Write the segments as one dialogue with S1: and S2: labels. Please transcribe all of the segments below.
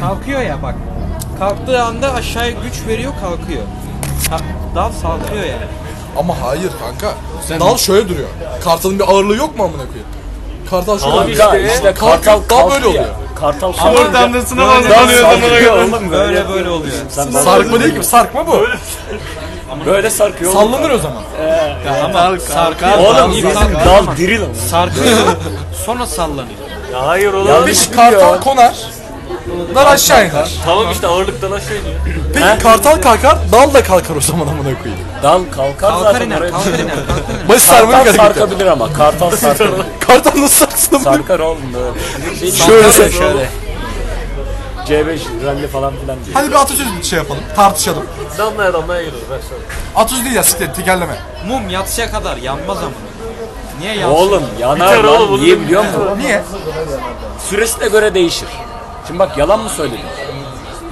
S1: Kalkıyor ya bak. Kalktığı anda aşağıya güç veriyor kalkıyor. Ha, dal salkıyor ya.
S2: Ama hayır kanka. dal şöyle duruyor. Kartalın bir ağırlığı yok mu amına koyayım? Kartal şöyle
S3: Kanka işte kartal
S2: dal
S3: kalkıyor
S2: böyle oluyor.
S3: ya. Kartal
S4: Ama
S3: sarkıyor.
S4: damlasına basıyor.
S3: Dal
S4: Damlıyor damlana
S3: sarkıyor
S4: kadar.
S3: oğlum böyle.
S1: Böyle böyle oluyor.
S3: Sen
S2: Sarkma değil ki sarkma bu.
S3: Böyle sarkıyor oğlum.
S2: Sallanır o zaman.
S1: Ama sarkıyor.
S3: Oğlum
S1: İlk
S3: bizim
S1: kalkıyor
S3: dal
S1: ama
S3: diril ama.
S1: Sarkıyor. sonra sallanıyor.
S4: Hayır oğlum.
S3: Ya
S2: Peki kartal konar. Dal aşağı iner.
S4: Tamam işte ağırlıktan aşağı iniyor.
S2: Peki kartal kalkar, dal da kalkar o zaman amına koyayım.
S3: Dal kalkar
S1: Kalkar
S3: zaten.
S1: iner,
S3: oraya.
S1: kalkar iner, kalkar iner.
S2: Başı sarmaya
S3: Kartal
S2: kadar gitti.
S3: sarkabilir ama. Kartal sarkabilir.
S2: Kartal nasıl sarsın amına
S3: Sarkar oğlum böyle. Şey,
S2: Şöyle sen-
S3: şöyle. C5 rally falan filan diyor.
S2: Hadi bir atasözü bir şey yapalım, tartışalım.
S4: Damlaya damlaya giriyoruz. Ben sana.
S2: Atasözü değil ya siklet, tekerleme.
S1: Mum yatsıya kadar yanmaz ama. Niye yansın?
S3: Oğlum yanar
S4: Biter oğlum,
S3: lan.
S4: bunu
S3: Niye
S4: da
S3: biliyor
S4: biter.
S3: musun?
S2: Niye?
S3: Süresine göre değişir. Şimdi bak yalan mı söyledim?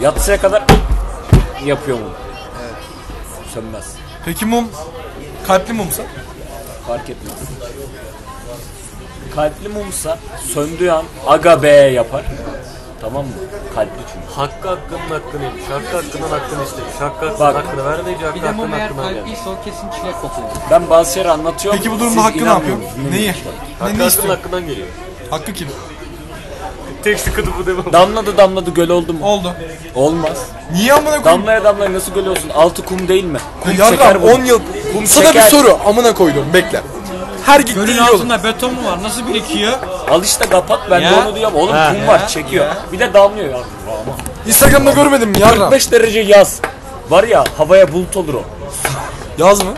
S3: Yatsıya kadar yapıyor mu? Sönmez.
S2: Peki mum, kalpli mumsa?
S3: Fark etmez. Kalpli mumsa söndüğü an aga be yapar. Tamam mı? Kalpli çünkü.
S4: Hakkı hakkının hakkını yemiş. Hakkı hakkından hakkını istemiş. Hakkı hakkından
S3: Bak.
S4: hakkını vermeyince hakkı
S1: Bir de mum
S4: hakkının
S1: eğer
S4: hakkını vermiş.
S1: kalpliyse o kesin çilek kokuyor.
S3: Ben bazı şeyleri anlatıyorum.
S2: Peki bu
S3: siz
S2: durumda Hakkı ne yapıyor?
S3: inanmıyorsunuz.
S2: Neyi? Ne,
S4: Hakkı
S2: ne
S4: hakkının
S2: istiyor?
S4: hakkından geliyor.
S2: Hakkı kim?
S4: Tek sıkıntı bu değil mi?
S3: Damladı damladı göl oldu mu?
S2: Oldu.
S3: Olmaz.
S2: Niye amına koyayım?
S3: Damlaya damlaya nasıl göl olsun? Altı kum değil mi? Kum
S2: Yarram
S3: bunu.
S2: 10 yıl.
S3: Kum
S2: Sana bir
S3: şeker.
S2: soru amına koydum bekle. Her gittiğin
S1: Gölün
S2: yol.
S1: altında beton mu var? Nasıl birikiyor?
S3: Al işte kapat ben de
S1: Ya.
S3: onu diyorum. Oğlum
S1: Ha.
S3: kum
S1: Ya.
S3: var çekiyor.
S1: Ya.
S3: Bir de damlıyor ya.
S2: Instagram'da görmedim mi yarram?
S3: 45 derece yaz. Var ya havaya bulut olur o.
S2: Yaz mı?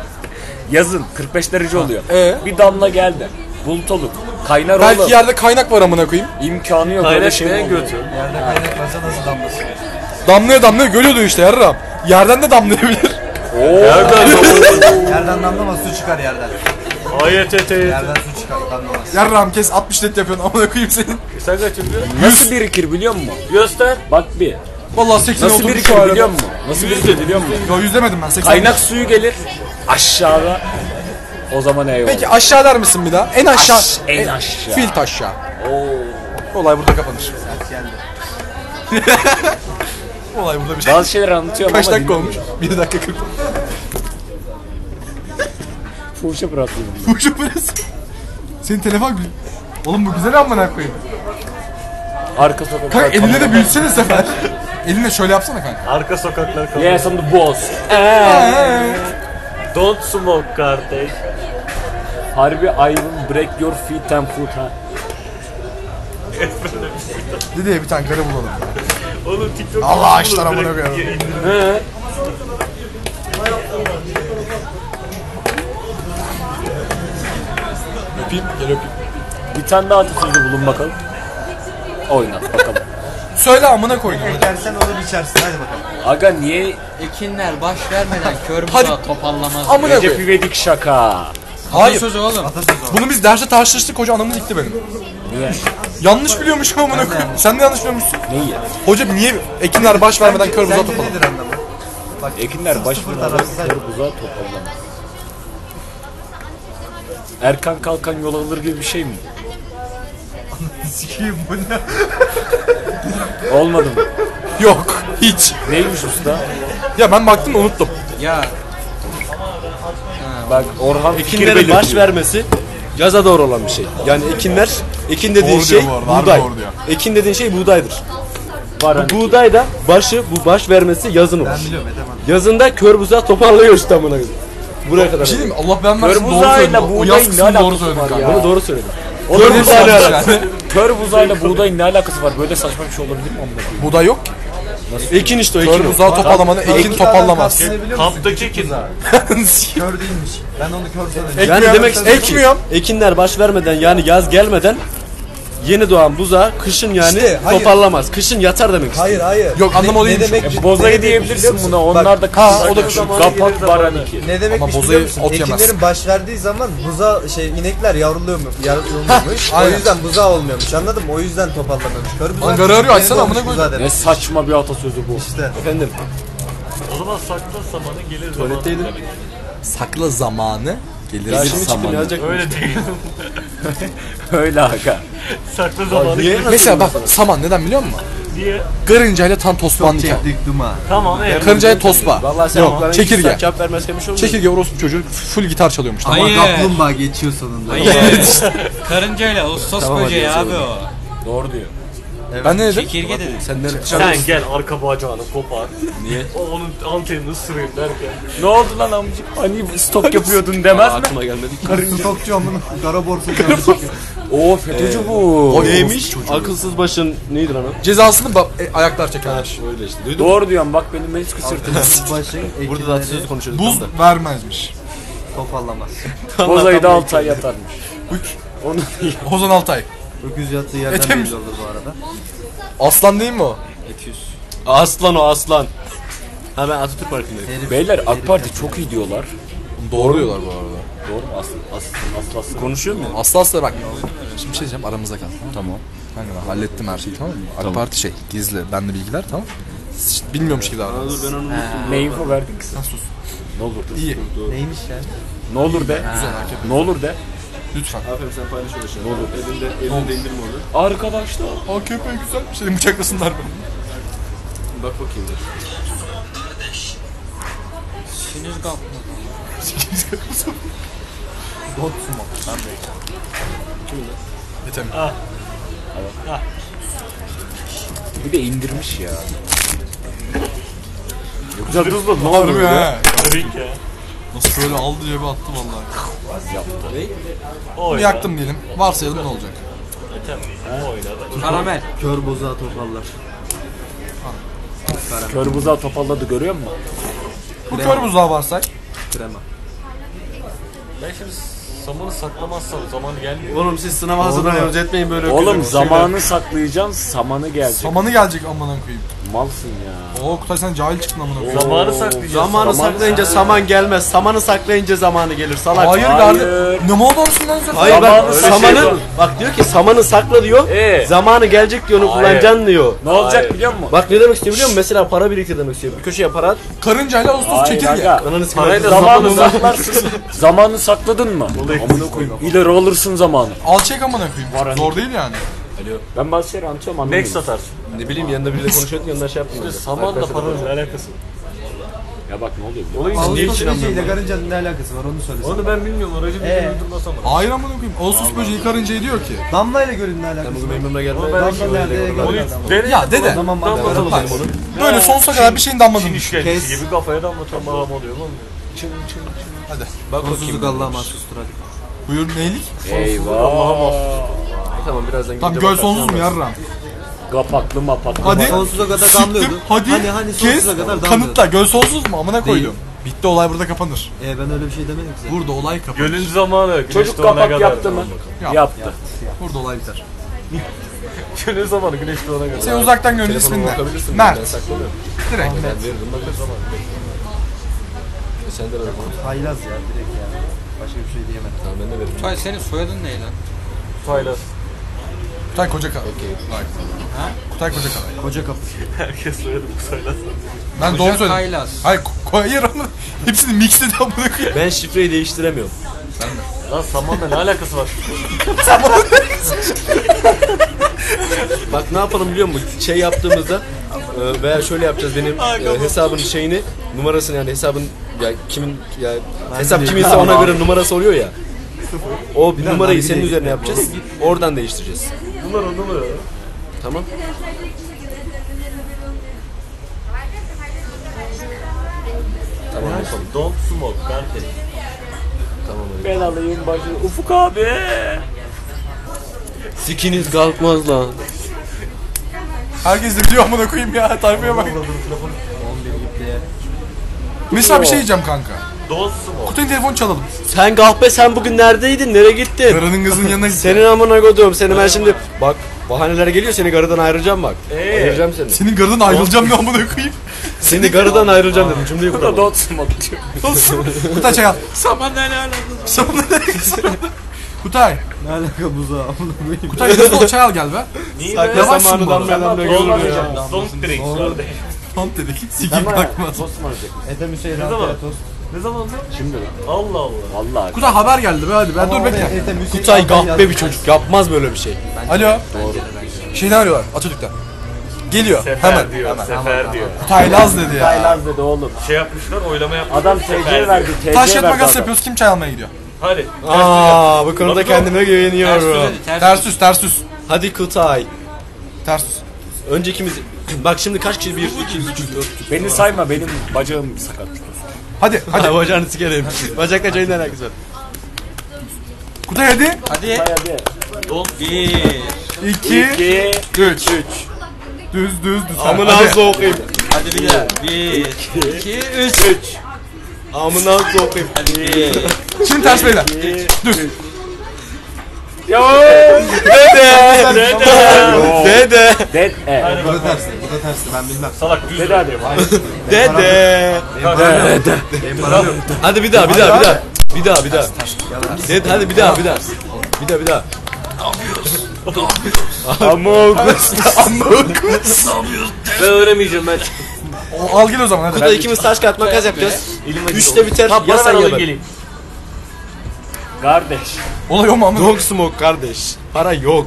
S3: Yazın 45 derece oluyor.
S2: Ee?
S3: Bir damla geldi. Bulut olur. Kaynar
S2: Belki
S3: oğlum.
S2: yerde kaynak var amına koyayım.
S3: İmkanı yok öyle
S4: Hayret
S3: şey mi
S4: neye
S3: olur?
S4: götür?
S2: Damlaya damlaya görüyordu işte yarram. Yerden de damlayabilir.
S5: Yerden damlama su çıkar yerden.
S4: AYTT.
S5: Yerden su çıkar damlamaz.
S2: yarram kes 60 net yapıyorsun amına koyayım senin.
S4: Sen kaç yapıyorsun?
S3: Nasıl birikir biliyor musun?
S4: Göster.
S3: Bak bir.
S2: Vallahi 80
S3: Nasıl
S2: oturmuş
S3: birikir
S2: şu arada.
S3: biliyor musun? Nasıl
S4: Yüz
S3: birikir biliyor musun?
S2: Yo yüzlemedim ben 80.
S3: Kaynak suyu gelir aşağıda. O zaman eyvallah.
S2: Peki aşağı der misin bir daha? En aşağı. E-
S3: Aş- en aşağı.
S2: Filt aşağı. Olay burada kapanır. Olay burada bir şey.
S3: Bazı şeyleri anlatıyorum
S2: Kaç
S3: ama
S2: dakika olmuş? 1 dakika 40.
S3: Fuhuşa bırakıyorum.
S2: Ucu burası. Senin telefon gül. Oğlum bu güzel amına koyayım.
S3: Arka sokaklar.
S2: Kanka eline de
S3: kamera-
S2: büyütsene sefer. eline şöyle yapsana kanka.
S4: Arka sokaklar kapalı.
S3: Yes I'm the boss.
S4: Don't smoke kardeş.
S3: Harbi I will break your feet and foot ha.
S2: Dedi ya bir tane karı bulalım.
S4: Oğlum TikTok.
S2: Allah aşkına amına koyalım. Öpeyim gel öpeyim.
S3: Bir tane daha atasözü bulun bakalım. Oynat bakalım.
S2: Söyle amına koyayım.
S5: Ekersen olur içersin hadi bakalım.
S3: Aga niye
S1: Ekinler baş vermeden kör
S2: Hadi.
S1: buzağı topallamaz.
S2: Amına
S3: Recep
S2: koyayım.
S3: İvedik şaka?
S2: Hayır.
S1: Sözü oğlum.
S5: Atasözü o.
S2: Bunu biz derste tartıştık hoca anamız dikti benim.
S3: Niye?
S2: Yanlış biliyormuşum amına koyayım. Sen de yanlış biliyormuşsun.
S3: Neyi?
S2: Hoca niye ekinler baş vermeden kör buzağı
S5: Sence
S2: topalım?
S5: nedir anlamı? Bak,
S3: Ekinler
S5: sıfır
S3: baş
S5: sıfır
S3: buzağı
S5: tarafsız hadi.
S3: buzağa topallamaz. Erkan kalkan yol alır gibi bir şey mi?
S5: Sikiyim bu ne?
S3: Olmadı mı?
S2: Yok hiç.
S3: Neymiş usta?
S2: Ya ben baktım da unuttum.
S1: Ya
S3: Bak Orhan fikir
S6: Ekinlerin baş
S3: belirtiyor.
S6: vermesi yaza doğru olan bir şey. Yani ekinler, ekin dediğin
S2: Doğru diyor
S6: şey
S2: bu arada, harbi
S6: buğday.
S2: doğru diyor.
S6: Ekin dediğin şey buğdaydır.
S3: Var hani.
S6: Buğday da başı, bu baş vermesi yazın olur.
S5: Ben biliyorum edemem.
S6: Yazında kör buzağı toparlıyor işte amına koyayım. Buraya kadar.
S2: Bir şey diyeyim mi? Allah ben versin
S3: Kör
S2: doğru söyledim.
S3: buzağıyla
S2: O yaz
S3: buğdayın ne
S2: kısmını doğru
S3: alakası
S2: söyledim
S3: var
S2: kanka.
S6: Bunu
S3: ya?
S6: doğru söyledim.
S3: Kör
S2: Doğru
S3: buzağıyla
S2: söyledim
S3: alakası.
S2: yani.
S3: Kör buzağıyla buğdayın ne alakası var? Böyle saçma bir şey olabilir mi? amına koyayım?
S2: Buğday yok ki.
S6: Ekin işte o ekin.
S2: Kör buzağı toparlamanı ekin toparlamaz.
S4: Kaptaki kim?
S5: Kör değilmiş. Ben onu kör sanırım.
S6: Yani demek
S2: Ekmiyorum.
S6: istedim ki,
S2: Ekmiyorum.
S6: ekinler baş vermeden yani yaz gelmeden yeni doğan buzağı kışın yani
S5: İşte, hayır.
S6: toparlamaz. Kışın yatar demek istedim.
S5: Hayır hayır.
S2: Yok, şey. anlamı o
S5: ne, ne
S2: değilmiş.
S5: demek?
S3: E,
S5: ne
S3: bozayı
S5: demek biliyor
S3: diyebilirsin
S5: musun?
S3: buna. Onlar
S5: Bak,
S3: da kapat. hani
S2: o da küçük.
S3: Kapak baran iki.
S5: ne demekmiş
S2: bozayı
S5: biliyor musun?
S2: ot yemez.
S5: Ekinlerin baş verdiği zaman buza şey inekler yavruluyor mu? Yavrulmuyormuş. o
S2: aynen.
S5: yüzden buza olmuyormuş. Anladın mı? O yüzden toparlanıyormuş. Kör buzağı.
S2: Lan garı arıyor, açsana, amına koydum.
S5: koyayım.
S3: Ne saçma bir atasözü bu.
S5: İşte.
S6: Efendim
S4: O zaman sakla samanı gelir zamanı.
S6: tuvaletteydim.
S2: Sakla zamanı gelir
S6: Ya şimdi çıktım
S2: zamanı.
S6: yazacak.
S4: Öyle değil.
S3: Öyle aga.
S4: sakla zamanı.
S6: Niye?
S2: Mesela bak saman neden biliyor musun?
S4: diye
S2: Karınca ile tam tosbanlıken.
S5: Çektik duma.
S4: tamam evet.
S2: Karınca ile tosba.
S6: Vallahi sen
S2: Yok,
S6: oklarına
S2: çekirge.
S6: gitsen Çap vermezken bir şey olmuyor.
S2: Çekirge orospu çocuğu full gitar çalıyormuş. Tamam.
S5: Ama
S1: Hayır.
S5: kaplumbağa geçiyor sonunda.
S1: Hayır. Karıncayla Ağustos böceği abi o.
S3: Doğru diyor.
S2: Ben ne dedim?
S1: Çekirge dedim.
S6: Sen nereye
S4: Sen gel arka bacağını kopar. Niye? O onun antenini ısırayım derken.
S3: Ne oldu lan amcık? Hani stok yapıyordun demez mi?
S6: Aklıma gelmedi ki.
S5: Stokçu amına. Kara borsa.
S3: Oo FETÖ'cü bu.
S2: Oy,
S6: Neymiş? Akılsız başın neydi lan o?
S2: Cezasını bab- e, ayaklar çekermiş.
S6: Öyle işte. Duydun mu?
S3: Doğru diyorum bak benim menisküs sırtım.
S5: Başın ekinleri
S6: Burada da atsız konuşuyorduk.
S2: Buz
S6: tam da.
S2: vermezmiş.
S5: topallamaz.
S3: Bozayı da 6 ay yatarmış. Onu
S2: Ozan Altay.
S5: Öküz yattığı yerden
S2: Etemiz-
S5: belli olur bu arada.
S2: Aslan değil mi o?
S6: Aslan o aslan. Ha ben Atatürk Parkı'ndayım.
S3: Beyler AK Parti çok iyi diyorlar.
S2: Doğru diyorlar bu arada.
S3: Doğru mu? Aslı, aslı, aslı, aslı.
S6: Konuşuyor mu?
S2: Asla asla bak. Şimdi bir şey diyeceğim aramızda kal. Tamam. Kanka ben hallettim her şeyi tamam mı? AK Parti şey gizli. Bende bilgiler tamam. Hiç bilmiyormuş gibi davran.
S6: Dur ben onu
S3: Ne info verdin ki sen?
S2: sus.
S3: Ne olur de.
S2: İyi.
S5: Neymiş ya?
S3: Ne olur de. Ne olur de.
S2: Lütfen.
S6: Aferin sen paylaş öyle şeyler. Olur. Elinde, elinde indirme onu.
S3: Arkadaşlar.
S2: AKP güzel bir şey. Bıçaklasınlar beni.
S6: Bak bakayım da.
S1: Sinir kapma.
S2: Yeter.
S3: Bir de indirmiş ya.
S4: Ya dur dur ne
S2: Harbi ha.
S4: Tabii ki.
S2: Nasıl böyle aldı cebe attı vallahi.
S4: Oyna.
S2: Yaktım diyelim. Varsayalım ne olacak?
S4: Tabii, Oyna.
S1: Karamel.
S5: Kör bozağı topallar.
S3: Kör buzağı topalladı görüyor musun?
S2: Bu kör buzağı varsak.
S5: Krema.
S4: Ben şimdi samanı saklamazsam zaman gelmiyor.
S6: Oğlum siz sınava hazırlanıyorsunuz etmeyin böyle
S3: Oğlum
S1: şey
S6: öküzü.
S3: zamanı saklayacaksın samanı gelecek.
S2: Samanı gelecek amına koyayım.
S3: Malsın ya.
S2: Oo Kutay sen cahil çıktın amına koyayım.
S4: Zamanı saklayacağız.
S6: Zamanı saklayınca saman gelmez. Samanı saklayınca zamanı gelir salak.
S2: Hayır,
S3: Hayır.
S2: gardı. Ne mi oldu oğlum lan sen?
S6: Hayır bak
S3: Zamanı öyle şey
S6: samanı
S3: yok.
S6: bak diyor ki samanı sakla diyor.
S3: Ee?
S6: Zamanı gelecek diyor onu
S3: Hayır.
S6: kullanacaksın diyor.
S3: Ne olacak biliyor musun?
S6: Bak ne demek istiyor biliyor musun? Mesela para biriktir demek istiyor. Bir köşeye para at.
S2: Karıncayla Ağustos
S3: Hayır
S2: çekirge.
S3: aga.
S6: Ananı
S3: Parayı
S6: sikeyim.
S3: da zamanı saklarsın. zamanı sakladın mı? Amına koyayım. İleri alırsın zamanı.
S2: Al çek amına koyayım.
S3: Var hani.
S2: Zor değil yani.
S3: Ben bazı şeyleri anlatıyorum anlamıyorum.
S4: Tek satarsın.
S6: Ne bileyim yanında biriyle konuşuyorduk yanında şey yapmıyor.
S4: Samanla paranın ne alakası? var?
S3: Ya bak ne oluyor? biliyor musun?
S4: Olayı niye
S5: Ağustos
S4: çiğnenmiyor?
S5: böceğiyle karıncanın ne alakası var onu söylesene.
S4: Onu ben bilmiyorum. Aracı bir ee.
S2: Hayır amına koyayım. Ağustos böceği karıncayı diyor ki.
S5: Damla ile gölün ne alakası var?
S6: Memnun'a gelmeye
S5: Damla
S6: başlıyor.
S5: nerede?
S4: Onu
S5: Gölün
S4: dene.
S2: Ya dede.
S5: Tamam madem.
S2: Bak, Böyle sonsuza kadar bir şeyin damladın.
S4: Çin işkencesi
S5: Kes.
S4: gibi kafaya damlatan bir adam oluyor lan. Çin çin çin.
S2: Hadi.
S5: Sonsuzluk Allah'a mahsus durak.
S2: Buyur neylik?
S3: Eyvah.
S6: Tamam birazdan
S2: Tam
S6: gidince
S2: göl sonsuz
S6: bakarsın.
S2: mu yarram?
S3: Kapaklı mapaklı.
S2: Hadi.
S5: Sonsuza kadar
S2: Siktir.
S5: damlıyordu.
S2: Hadi.
S5: Hani hani
S2: kes.
S5: sonsuza kadar damlıyordu.
S2: Kanıtla. Göl sonsuz mu? Amına koydum. Bitti olay burada kapanır.
S5: Ee, ben öyle bir şey demedim ki.
S2: Burada olay kapanır.
S4: Gölün zamanı. güneş
S3: Çocuk
S4: doğana
S3: kapak
S4: kadar.
S3: yaptı mı?
S2: Yaptı.
S3: Yaptı.
S2: Burada olay biter.
S4: Gölün zamanı güneş doğana kadar.
S2: Sen uzaktan gönül ismini de.
S6: Bakabilirsin. Ben
S2: Mert.
S6: saklanıyorum.
S2: Direkt.
S6: Veririm bakarsın. E, Sen de ver bakalım.
S5: sen. Haylaz ya direkt ya. Başka bir şey diyemedim.
S6: Tamam ben de veririm.
S1: Hayır senin soyadın ne lan?
S4: Paylaş.
S2: Kutay Kocakaya. Like. Kutay Kocakaya.
S5: Koca kapı.
S4: Herkes soyadı bu sayılar.
S2: Ben doğru söyledim.
S1: Kaylas.
S2: Hayır, ko- hayır ama hepsini mixledi amına koyayım.
S6: Ben şifreyi değiştiremiyorum.
S4: Lan samanla ne alakası var?
S6: Bak ne yapalım biliyor musun? Şey yaptığımızda e, veya şöyle yapacağız benim e, hesabın şeyini numarasını yani hesabın ya kimin ya hesap kiminse ona göre numarası oluyor ya. O numarayı senin üzerine yapacağız. Oradan değiştireceğiz.
S4: Bunlar o numara.
S6: Tamam. Tamam yapalım.
S4: Don't smoke. Ben
S6: Tamam. öyle.
S3: Ben alayım başı. Ufuk abi.
S6: Sikiniz kalkmaz lan.
S2: Herkes de biliyor amına koyayım ya. Tayfaya bak. Mesela bir şey diyeceğim kanka.
S4: Don't smoke.
S2: Kutay'ın telefonu çalalım.
S6: Sen kahpe sen bugün neredeydin? Nereye gittin?
S2: Karanın kızın yanına gidelim.
S6: Senin amına kodum seni ben şimdi bak bahaneler geliyor seni garıdan ayıracağım bak. Ayıracağım seni.
S2: Senin garından ayrılacağım ne amına koyayım.
S6: Seni garıdan ayıracağım dedim cümleyi
S3: Bu da
S6: kuramadım.
S3: don't smoke diyor.
S2: Olsun. Kutay çay al.
S1: Saman ne alakası?
S2: Sabun Kutay.
S5: Ne alaka buzağı? Bunu bilmiyorum.
S2: Kutay hızlı ol çay al gel be.
S4: Niye be?
S6: Sakla
S2: Yavaşsın
S6: zamanı
S2: bu arada.
S6: damlayan damla görür ya.
S4: Don't drink. vardı.
S2: Tam dedik. Sikim bakmaz.
S5: Ete Müseyir
S4: zaman?
S5: Antaya tost.
S4: Ne zaman lan? Şimdi Allah Allah.
S3: Vallahi.
S2: Kutay haber geldi be hadi. Ben dur bekle.
S5: Ete Müseyir
S6: Kutay
S5: Antalya
S6: kahpe bir çocuk yapmaz böyle bir şey.
S2: Alo. Şeyden arıyorlar Atatürk'ten. Geliyor.
S4: Sefer
S2: hemen.
S4: diyor,
S2: hemen.
S4: sefer diyor.
S2: Taylaz dedi ya.
S3: Taylaz dedi oğlum.
S4: Şey yapmışlar, oylama yapmışlar.
S3: Adam
S4: sefer
S3: TC
S4: diyor.
S3: verdi. TC
S2: Taş
S3: verdi
S2: yapma makas
S3: adam.
S2: yapıyoruz. Kim çay almaya gidiyor?
S4: Hadi.
S6: Aa bu konuda
S4: Tabii
S6: kendime
S1: Ters
S6: güveniyorum.
S1: düz, ters
S2: Ters üst, ters üst.
S6: Hadi Kutay.
S2: Ters üst.
S6: Öncekimiz bak şimdi kaç kişi? 1, 2, 3, 4.
S3: Beni sayma benim bacağım sakat.
S2: Hadi, hadi.
S6: Hadi bacağını sikerim. Bacakla çayın ne alakası var?
S2: Kutay hadi.
S1: Hadi.
S3: Hadi.
S1: Bir.
S2: 2,
S3: Ki
S2: 3. Düz, düz, düz.
S6: Amına
S2: Hadi.
S6: ağzı okuyayım.
S1: Hadi bir daha. Bir. iki, üç.
S6: Amına ağzı okuyayım.
S1: Hadi bir.
S2: Şimdi ters beyler. Düz.
S6: Dede.
S3: Dead e.
S5: Bu da tersi. Bu da tersi. Ben bilmem.
S4: Salak düz.
S3: Dedi hadi.
S6: Dede. Hadi bir daha bir daha bir daha. Bir daha bir daha. Dede hadi bir daha bir daha. Bir daha bir daha.
S4: Ben öğrenemeyeceğim ben.
S2: O, al gel o zaman hadi.
S6: Burada ikimiz taş kağıt makas yapacağız. Üçte biter.
S4: Tamam
S6: Ya
S4: bana ver
S6: sen ya
S4: alayım
S6: ben.
S4: geleyim.
S3: Kardeş.
S2: Olay o mu ama?
S6: Don't smoke kardeş. Para yok.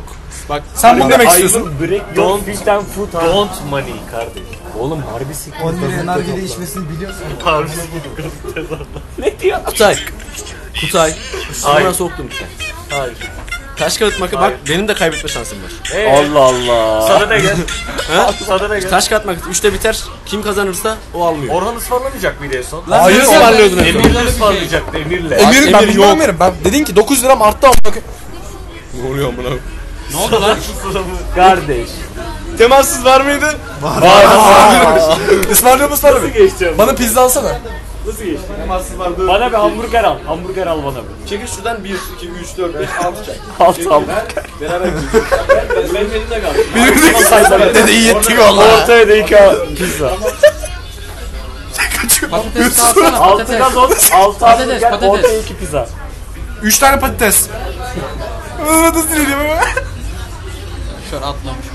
S6: Bak
S2: Sen bunu demek
S3: I
S2: istiyorsun.
S3: will break your feet and foot. ha.
S4: Don't money kardeş.
S3: Oğlum harbi sik.
S5: 10 liraya nargile içmesini biliyorsun.
S4: Parmış gibi kırık tezahürat.
S3: Ne diyor?
S6: Kutay. Kutay. Buna
S4: Hayır.
S6: soktum Kutay.
S4: Hayır.
S6: Taş kağıt makas bak benim de kaybetme şansım var.
S3: Allah Allah.
S4: Sana da gel. Sana da gel.
S6: Taş kağıt makas üçte biter. Kim kazanırsa o almıyor.
S4: Orhan ısmarlamayacak mıydı en son?
S6: Hayır
S2: Sen-
S6: ısmarlıyordun hep.
S4: Emir'le ısmarlayacaktı
S2: Emir,
S4: Emir'le.
S2: ben
S6: Emir
S2: bunu
S6: yok.
S2: vermiyorum. Ben dedin ki 9 liram arttı ama bak.
S6: Ne oluyor amına?
S1: Ne oldu lan?
S3: Kardeş.
S6: Temassız var mıydı?
S2: Ismarlıyor mu ısmarlıyor mu?
S3: Geçeceğim.
S2: Bana pizza alsana.
S3: Nasıl geçeceğim? Bana
S7: şey-
S3: bir hamburger al. Hamburger al bana bir.
S6: Çekil şuradan 1, 2, 3, 4, 5, 6 çay.
S3: Alt hamburger.
S6: Benim elimde kaldı.
S2: Dedi iyi yetti valla.
S3: Ortaya da iki al- pizza.
S7: Patates alsana
S3: Altı
S7: patates.
S3: gazoz, altı
S7: Patates,
S3: hamburger,
S7: patates.
S3: ortaya iki pizza.
S2: 3 tane patates. Nasıl sinirliyim ama.
S7: Şöyle atlamış.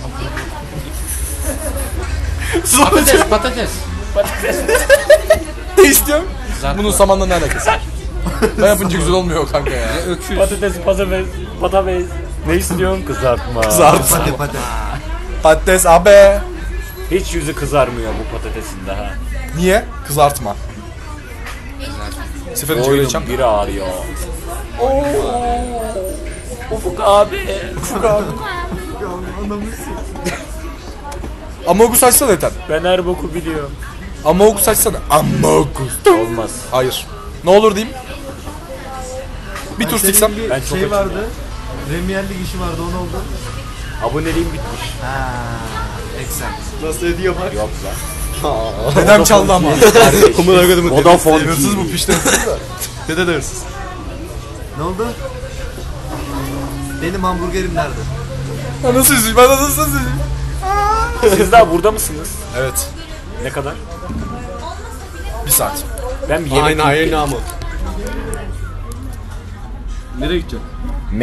S2: Sonra
S7: Patates patates.
S2: ne istiyorum? Bunun samanla ne alakası var? ben yapınca güzel olmuyor kanka ya.
S3: Patates, patates, patates. Ne istiyorsun? Kızartma.
S2: Zart.
S5: Hadi hadi.
S2: Patates abi.
S3: Hiç yüzü kızarmıyor bu patatesin daha.
S2: Niye? Kızartma. Seferin çayı
S3: Oğlum
S2: içeceğim.
S3: biri ağrıyor.
S2: Amogus açsana yeter.
S3: Ben her boku biliyorum.
S2: Amogus açsana. Amogus.
S3: Olmaz.
S2: Hayır. Ne olur diyeyim? Bir tur siksem.
S5: Senin bir
S3: Ben çok
S5: şey
S3: açım.
S5: vardı. Premier Lig işi vardı. O ne oldu?
S3: Aboneliğim bitmiş.
S6: Nasıl ediyor bak.
S3: Yok lan.
S2: Dedem çaldı ama.
S3: Kardeş.
S6: Amına koydum.
S3: Vodafone
S2: Hırsız bu pişti.
S6: Dede de hırsız.
S5: Ne oldu? Benim hamburgerim nerede?
S2: Ya Nasıl üzüleyim? Ben nasıl üzüleyim?
S3: Siz daha burada mısınız?
S2: Evet.
S3: Ne kadar?
S2: Bir saat.
S3: Ben bir yemek
S6: Aynen aynen ama. Nereye gideceğim?